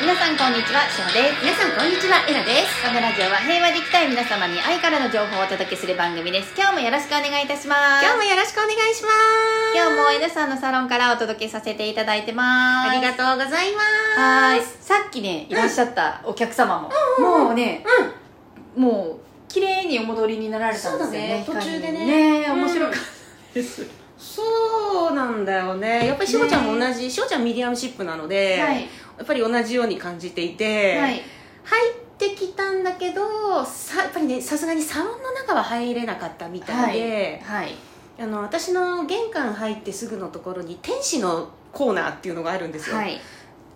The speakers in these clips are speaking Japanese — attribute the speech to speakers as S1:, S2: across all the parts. S1: 皆さんこんにちは、しほです。
S2: 皆さんこんにちは、エラです。
S1: このラジオは平和でいきたい皆様に愛からの情報をお届けする番組です。今日もよろしくお願いいたします。
S2: 今日もよろしくお願いします。
S1: 今日も江田さんのサロンからお届けさせていただいてます。
S2: ありがとうございます。
S1: はーい。さっきね、いらっしゃったお客様も、もうね、もう、綺麗にお戻りになられたんですよね。
S2: そうだね途中で
S1: 光
S2: ね
S1: にね
S2: うん
S1: 面白かったです。
S2: そうなんだよね。やっぱりしほちゃんも同じ、しほちゃんミディアムシップなので、
S1: はい。
S2: やっぱり同じように感じていて、
S1: はい。
S2: 入ってきたんだけど、さやっぱりね、さすがにサロンの中は入れなかったみたいで、
S1: はい。
S2: あの私の玄関入ってすぐのところに天使のコーナーっていうのがあるんですよ。
S1: はい。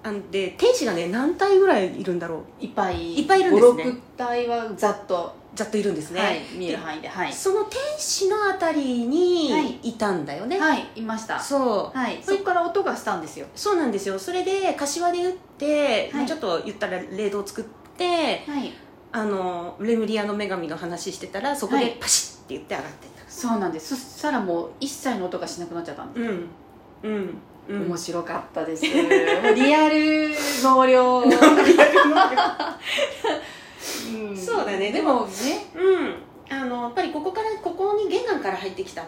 S2: あので天使がね何体ぐらいいるんだろう。
S1: いっぱい。
S2: いっぱいいるんですね
S1: 5、6体はざっと、
S2: ざっといるんですね。
S1: はい、見える範囲で。はい。
S2: その天使のあたり
S1: はい
S2: にいたんだよね、
S1: はい、いました。
S2: そう、
S1: はい。そこから音がしたんですよ。
S2: そうなんですよそれで柏で打って、
S1: はい
S2: もうちょっと言ったら冷凍作って
S1: はい。
S2: あのレムリアの女神の話してたらそこ
S1: は
S2: で
S1: い
S2: パシッって言って上がってっ
S1: そうなんですそしたらもう一切の音がしなくなっちゃったんで
S2: たうんうん
S1: す、
S2: うん
S1: 面白かった ですもうリアル増 量、うん
S2: そうだね
S1: でもね
S2: うんあのやっぱりここからここに玄関から入ってきた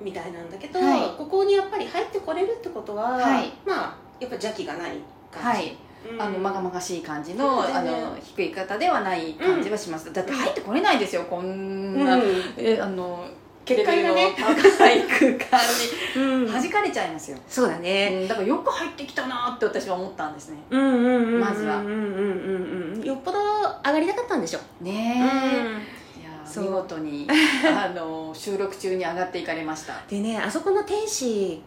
S2: みたいなんだけど、
S1: はい
S2: ここにやっぱり入ってこれるってことは、
S1: はい
S2: まあやっぱ邪気がない感じ、
S1: はい、
S2: うん
S1: あのまがまがしい感じの,、
S2: そうだ
S1: あ
S2: ね
S1: の低い方ではない感じはします、だって入ってこれないですよこ
S2: うんん
S1: な、えあの
S2: レ
S1: 結
S2: ベ
S1: 界
S2: ル
S1: が
S2: の
S1: ね高い空間
S2: うん
S1: に弾かれちゃいますよ、
S2: そうだね、
S1: うんだからよく入ってきたなって私は思ったんですね
S2: うんうんうんうんうんうんうん
S1: まずは
S2: よっぽど上がりたかったんでしょ
S1: ねえ、いやー
S2: そう
S1: 見事 にあの収録中に上がっていかれました
S2: でねあそこの天使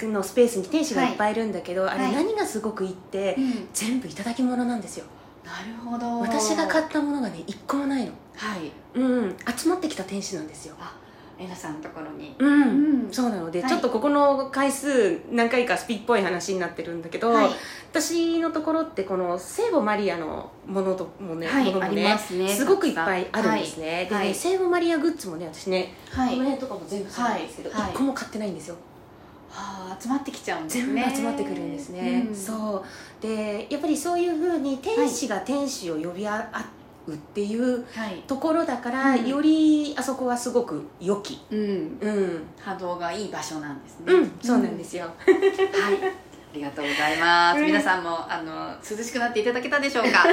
S2: のスペースに天使がいっぱいいるんだけ
S1: い
S2: ど、あ
S1: は
S2: れ
S1: い
S2: 何がすごくいいって、
S1: な
S2: 全部いただき物なんですよ
S1: るほど
S2: 私が買
S1: っ
S2: ったものがね一個もないの
S1: はい
S2: うん集まってきた天使なんですよ
S1: えなさんのところに
S2: うん、
S1: うん
S2: そうなので、
S1: はい
S2: ちょっとここの回数何回かスピっぽい話になってるんだけど、
S1: はい、
S2: 私のところってこの聖母マリアのものともね,、
S1: はい
S2: ものも
S1: あり
S2: ね
S1: ますね
S2: すごくいっぱいあるんですね、で
S1: は
S2: ね、
S1: い
S2: 聖母マリアグッズもね私ね
S1: はい
S2: この辺とかも全部そうなんですけど、一
S1: はい
S2: 個も買ってないんですよ、
S1: はあ集まってきちゃうんです
S2: 全
S1: ね
S2: 部集まってくるんですね、
S1: うん
S2: そうでやっぱりそういうふうに天使が天使を呼び合うっていう
S1: はい
S2: ところだから、
S1: うん
S2: よりあそこはすごく良き
S1: うん
S2: うん、
S1: 波動がいい場所なんですね
S2: うん、そうなんですよ、
S1: うんはいありがとうございます、
S2: うん
S1: 皆さんもあの涼しくなっていただけたでしょうか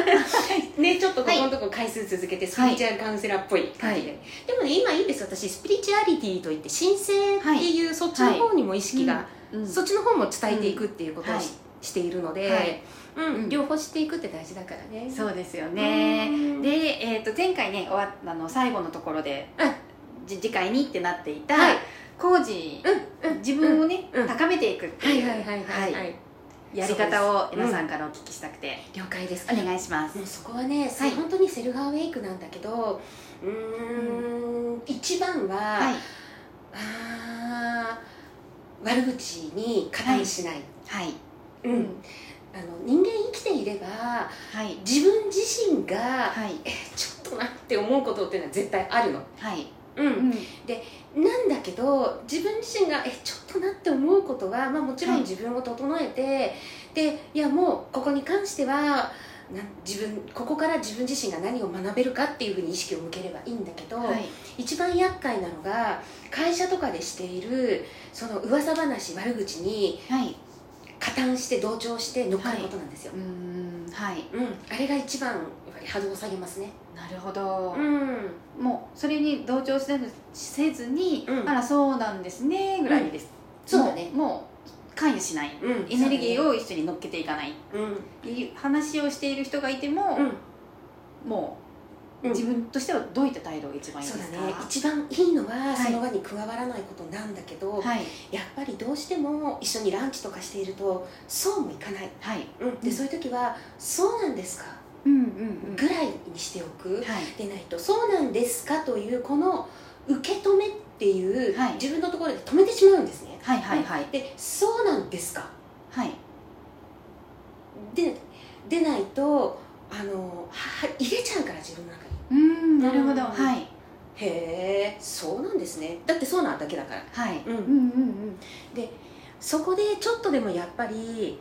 S2: ねちょっとここのとこ回数続けてスピリチュアルカウンセラーっぽい感じで、
S1: は
S2: でもね今いいんです私スピリチュアリティといって神聖っていう、そっちの方にも意識
S1: う
S2: が、
S1: ん
S2: そっちの方も伝えていくっていうことをし,、
S1: はい
S2: しているので、
S1: はい
S2: うん
S1: うん
S2: 両方していくって大事だからね
S1: そうですよね
S2: うん
S1: で、えー、と前回ね終わあの最後のところで、
S2: うん
S1: じ次回にってなっていた、
S2: はい
S1: 工事、
S2: うんうん
S1: 自分をね、
S2: うん
S1: 高めていくって、
S2: はいいうはいはいはい、は
S1: はい
S2: い、
S1: やり方を
S2: そうです
S1: 皆さんからお聞きしたくて、
S2: 了解です
S1: お願いします、
S2: もうそこはね、
S1: はい
S2: 本当にセルフアウェイクなんだけどうーん一番は、
S1: はい
S2: あー悪口に加担しない、
S1: はい
S2: うんあの人間生きていれば
S1: はい
S2: 自分自身が、
S1: はい
S2: えちょっとなって思うことっていうのは絶対あるの、
S1: はい、
S2: うん
S1: うん
S2: なんだけど自分自身がえちょっとなって思うことは、まあ、もちろ
S1: は
S2: ん
S1: い
S2: 自分を整えて、でいやもうここに関してはなん自分ここから自分自身が何を学べるかっていうふうに意識を向ければいいんだけど、
S1: はい
S2: 一番厄介なのが会社とかでしているその噂話悪口に
S1: はい
S2: 加担して同調して乗っかることなんですよ、
S1: うーんはい
S2: うん、あれが一番やっぱり波動を下げますね
S1: なるほど、
S2: ん
S1: もうそれに同調せずせずに、
S2: うん
S1: あらそうなんですねぐらいです、
S2: そうだね
S1: もうもう関与しない
S2: うん
S1: エネルギー
S2: を
S1: を一緒に乗っけていかない
S2: うん
S1: いう話をしている人がいても、
S2: うん
S1: もう、
S2: うん
S1: 自分としてはどういった態度が一番いい
S2: そ
S1: で
S2: うだ
S1: すか
S2: ね一番いいのは、
S1: い
S2: その輪に加わらないことなんだけど、
S1: はい
S2: やっぱりどうしても一緒にランチとかしているとそうもいかない、
S1: はい
S2: うん、
S1: う
S2: で
S1: ん
S2: そういう時は「そうなんですか
S1: うんうん」
S2: ぐらいにしてお
S1: は
S2: く
S1: い
S2: でないと「そうなんですか」というこの受け止めっていう、
S1: はい
S2: 自分のところで止めてしまうんですね
S1: はいはいはい
S2: で「そうなんですか
S1: はい」
S2: ででないとあのは入れちゃうから自分の中に
S1: うんなるほど
S2: うん
S1: はい
S2: 「へえそうなんですね」だってそうなんだけだから
S1: はい
S2: うん
S1: うんうん
S2: そこでちょっとでもやっぱり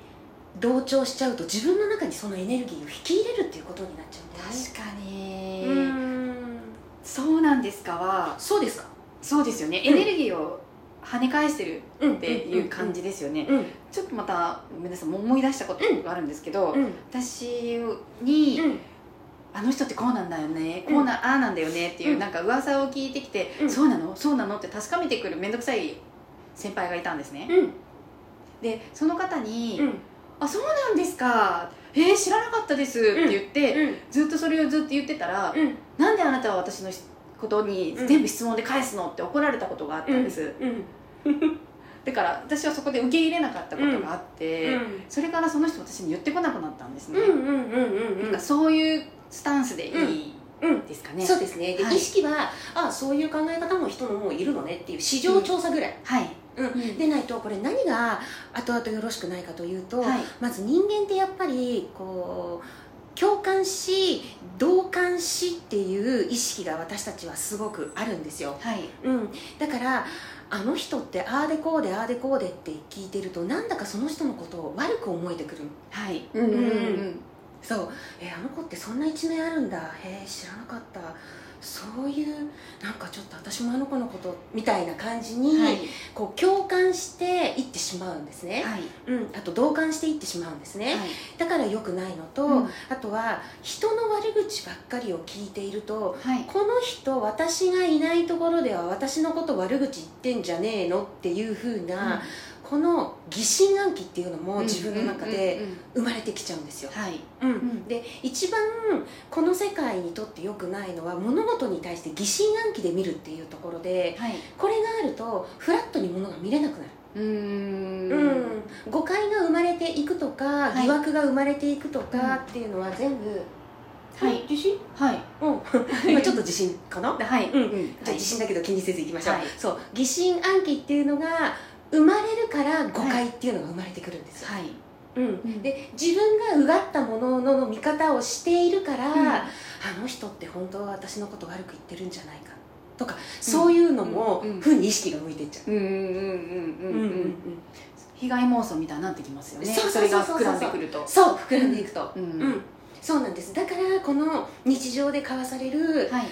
S2: 同調しちゃうと自分の中にそのエネルギーを引き入れるっていうことになっちゃうんだよね
S1: 確かに、
S2: うん
S1: そうなんですかは
S2: そうですか
S1: そうですよね
S2: う
S1: エ
S2: ん
S1: ネルギーを跳ね返してる
S2: うん
S1: っていう感じですよね、
S2: うん
S1: ちょっとまたごめんなさいもう思い出したことがあるんですけど、
S2: うん
S1: 私に、
S2: うん
S1: あの人ってこうなんだよね、
S2: うん
S1: こうなああなんだよねっていう、
S2: うん
S1: なんか噂を聞いてきて、
S2: うん
S1: そうなのそうなのって確かめてくる面倒くさい先輩がいたんですね、
S2: うん
S1: でその方に「
S2: うん
S1: あそうなんですかえー、知らなかったです」って言って、ずっとそれをずっと言ってたら「
S2: うん
S1: なんであなたは私のことに
S2: うん
S1: 全部質問で返すの?」って怒られたことがあったんです、
S2: うん
S1: だから私はそこで受け入れなかったことがあって、それからその人私に言ってこなくなったんです
S2: う
S1: ね、
S2: んうんうんうん
S1: なんかそういうスタンスでいい
S2: うん
S1: ですかね、
S2: そうですねで、
S1: はい
S2: 意識はあそういう考え方の人ももういるのねっていう市場調査ぐらい、
S1: はい、
S2: うん
S1: うん
S2: でないとこれ何が後々よろしくないかというと、
S1: はい
S2: まず人間ってやっぱりこう共感し同感しっていう意識が私たちはすごくあるんですよ、
S1: はい
S2: うん、だからあの人ってああでこうでああでこうでって聞いてるとなんだかその人のことを悪く思えてくるの
S1: はい、
S2: うんうんうん
S1: ん、
S2: そうえーあの子ってそんな一面あるんだへえ知らなかったそういうなんかちょっと私もあの子のことみたいな感じに、
S1: はい、
S2: こう共感していってしまうんですね、
S1: はい、
S2: うん、あと同感していってしまうんですね、
S1: はい
S2: だから良くないのと、
S1: うん
S2: あとは人の悪口ばっかりを聞いていると
S1: はい、
S2: この人私がいないところでは私のこと悪口言ってんじゃねえのっていう風な、この疑心暗鬼っていうのも自分の中で
S1: うんうんうん
S2: 生まれてきちゃうんですよ
S1: うん、はい、ん
S2: で一番この世界にとって良くないのは物事に対して疑心暗鬼で見るっていうところで
S1: はい、
S2: これがあるとフラットに物が見れなくなる
S1: うーん
S2: うん、誤解が生まれていくとか、
S1: はい
S2: 疑惑が生まれていくと
S1: うん
S2: かっていうのは全部、
S1: はい、
S2: 自信
S1: はい、
S2: うん今ちょっと自信かな
S1: はい、
S2: うん
S1: ん
S2: じゃあ自信だけど気にせずいきましょう、
S1: はい
S2: そう疑心暗鬼っていうのが生まれるから誤解っていうのが生まれてくるんですよ、
S1: はい、
S2: うん、で自分がうがったものの見方をしているから、
S1: うん
S2: あの人って本当は私のこと悪く言ってるんじゃないかとか、そういうのも
S1: うんうん
S2: 負に意識が向いてっちゃ
S1: うんうんうん
S2: う、
S1: うんうんうん、被害妄想みたいになってきますよね。
S2: そう
S1: そ
S2: そう
S1: れ
S2: そう
S1: が
S2: そう
S1: 膨らんでくると、
S2: そう膨らんでいくと、
S1: うん、
S2: うん、そうなんですだからこの日常で交わされる
S1: はい、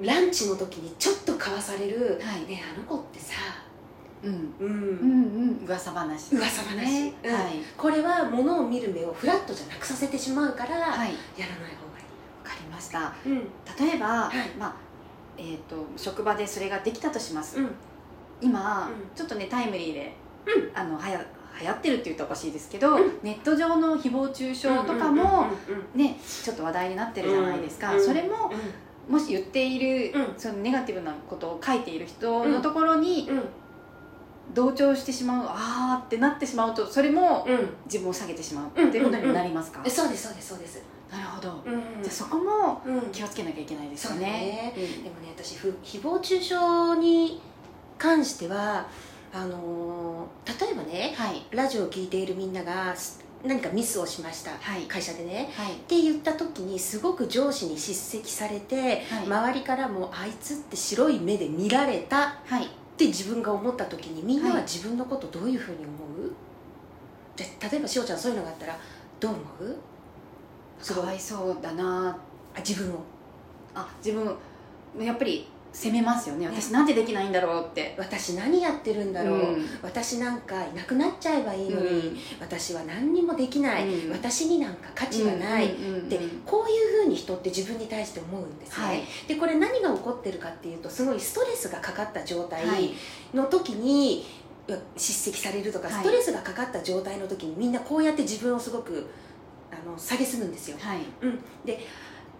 S2: ランチの時にちょっと交わされる
S1: はい
S2: 「ねえあの子ってさ、
S1: うん、
S2: う
S1: うん
S2: ん、
S1: うん、噂話、
S2: 噂話
S1: ね
S2: うん
S1: はい、
S2: これは物を見る目をフラットじゃなくさせてしまうから、
S1: はい、わ
S2: やらない方がい
S1: かりました。
S2: いうん
S1: 例えば、
S2: はい
S1: まあ。えー、と職場でそれができたとします、
S2: うん
S1: 今、
S2: うん
S1: ちょっとねタイムリーで、
S2: う
S1: あのはや流行ってるって言うとおかしいですけど、
S2: うん
S1: ネット上の誹謗中傷とかも、ね、ちょっと話題になってるじゃないですか、
S2: うん
S1: それももし言っている、
S2: うん
S1: そのネガティブなことを書いている人のところに
S2: うんうん
S1: 同調してしまうあーってなってしまうとそれも
S2: うん
S1: 自分を下げてしまうっていうことになりますか、
S2: うんそうですそうですそうです、
S1: なるほど、
S2: うん、
S1: じゃあそこも
S2: うん
S1: 気をつけなきゃいけないですよ
S2: そう
S1: ね
S2: ねでもね私ふ誹謗中傷に関してはあのー例えばね
S1: うんはい
S2: ラジオを聞いているみんながす何かミスをしました、
S1: はい
S2: 会社でね
S1: はい
S2: って言った時にすごく上司に叱責されて、
S1: はい、
S2: 周りからもあいつって白い目で見られたっ
S1: はい
S2: て自分が思った時にみんな
S1: は
S2: はい自分のことどういうふうに思う、じゃ例えばしおちゃんそういうのがあったらどう思うす
S1: か
S2: ご
S1: わ
S2: い
S1: いそうだな
S2: あ自分を
S1: あ自分やっぱり責めますよね私なんでできないんだろうって、
S2: 私何やってるんだろう、
S1: うん
S2: 私なんかいなくなっちゃえばいいのに、
S1: うん
S2: 私は何にもできない、
S1: うん
S2: 私になんか価値がない、
S1: うんうんうん
S2: でこういうふうに人って自分に対して思うんですね、
S1: はい
S2: でこれ何が起こってるかっていうとすごいストレスがかかった状態
S1: はい
S2: の時に、うわ叱責されるとか、
S1: はい
S2: ストレスがかかった状態の時にみんなこうやって自分をすごくあの下げすむんですよ
S1: はい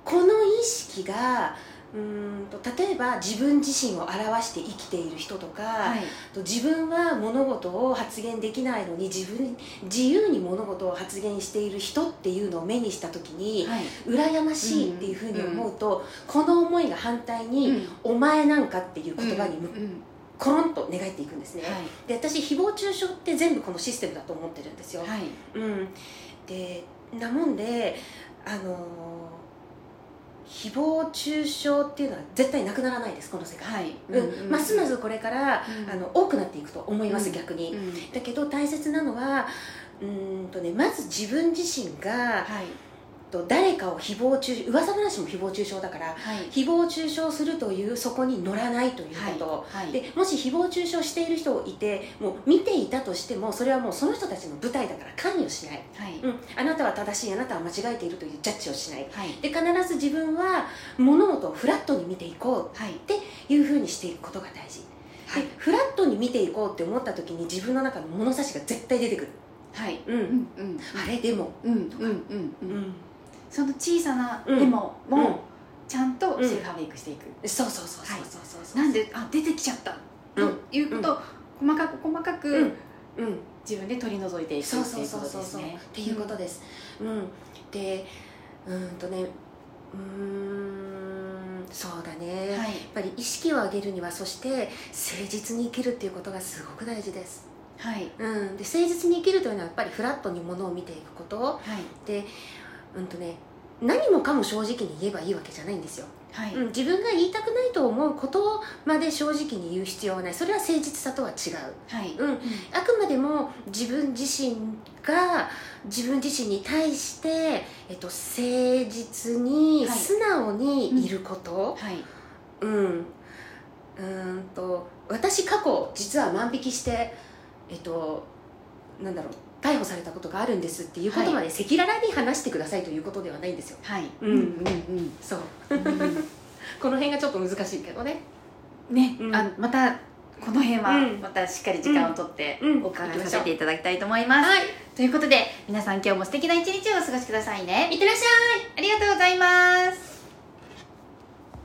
S2: この意識がうーんと例えば自分自身を表して生きている人とか、
S1: はい
S2: と自分は物事を発言できないのに自分自由に物事を発言している人っていうのを目にした時に、
S1: はい
S2: 羨ましいっていうふうに思うと、この思いが反対に、
S1: うん
S2: お前なんかっていう言葉に
S1: うんうん
S2: コロンと寝返っていくんですね、
S1: はい
S2: で私誹謗中傷って全部このシステムだと思ってるんですよ、
S1: はい
S2: うんでなもんであのー誹謗中傷っていうのは絶対なくならないですこの世界、
S1: はい
S2: うんますますこれから、
S1: うん
S2: あの多くなっていくと思います、
S1: うん
S2: 逆に、
S1: うん
S2: だけど大切なのはうーんとねまず自分自身が
S1: はい
S2: と誰かを誹謗中傷噂話も誹謗中傷だから
S1: はい
S2: 誹謗中傷するというそこに乗らないという
S1: はい
S2: こと、
S1: はい
S2: でもし誹謗中傷している人をいてもう見ていたとしてもそれはもうその人たちの舞台だから関与しない、
S1: はい
S2: うん、あなたは正しいあなたは間違えているというジャッジをしない
S1: はい
S2: で必ず自分は物事をフラットに見ていこ
S1: はいう
S2: というふうにしていくことが大事、
S1: はい
S2: でフラットに見ていこうって思った時に自分の中の物差しが絶対出てくる、
S1: はい
S2: うん
S1: うんうん
S2: あれでも、
S1: うんうんうんうん
S2: ん、
S1: その小さな
S2: うん
S1: でも
S2: うん
S1: もちゃんとシェイファーメイクしていく、
S2: そうそうそうそうそうそうそう
S1: なんであ出てきちゃった
S2: う
S1: と
S2: ん
S1: いうことを細かく細かく、
S2: うんうん
S1: 自分で取り除いていくって
S2: そ
S1: いううこと
S2: そう
S1: です
S2: そうそうそう、
S1: ね
S2: っていうことです、うんでうーんとねうーんそうだね、
S1: うん
S2: やっ
S1: はい
S2: ぱり意識を上げるにはそして誠実に生きるっていうことがすごく大事です、
S1: はい
S2: うん、で誠実に生きるというのはやっぱりフラットにものを見ていくこと
S1: はい
S2: でうんとね何もかも正直に言えばいいわけじゃないんですよ、
S1: はい、
S2: うん、自分が言いたくないと思うことまで正直に言う必要はないそれは誠実さとは違う
S1: はい、
S2: うんあくまでも自分自身が自分自身に対して、えっと、誠実に
S1: はい
S2: 素直にいること、
S1: はい
S2: うんうーんと私過去実は万引きしてえっとなんだろう逮捕されたことがあるんですっていうことまで赤裸々に話してくださいということではないんですよ
S1: はい、
S2: うん
S1: うん
S2: そう
S1: うん
S2: この辺がちょっと難しいけどね
S1: ね、
S2: うん
S1: あまたこの辺は
S2: うん
S1: またしっかり時間をとって
S2: うん
S1: お伺いさせていただきたいと思います、
S2: はい
S1: ということで皆さん今日も素敵な一日をお過ごしくださいね
S2: いってらっしゃい
S1: ありがとうございます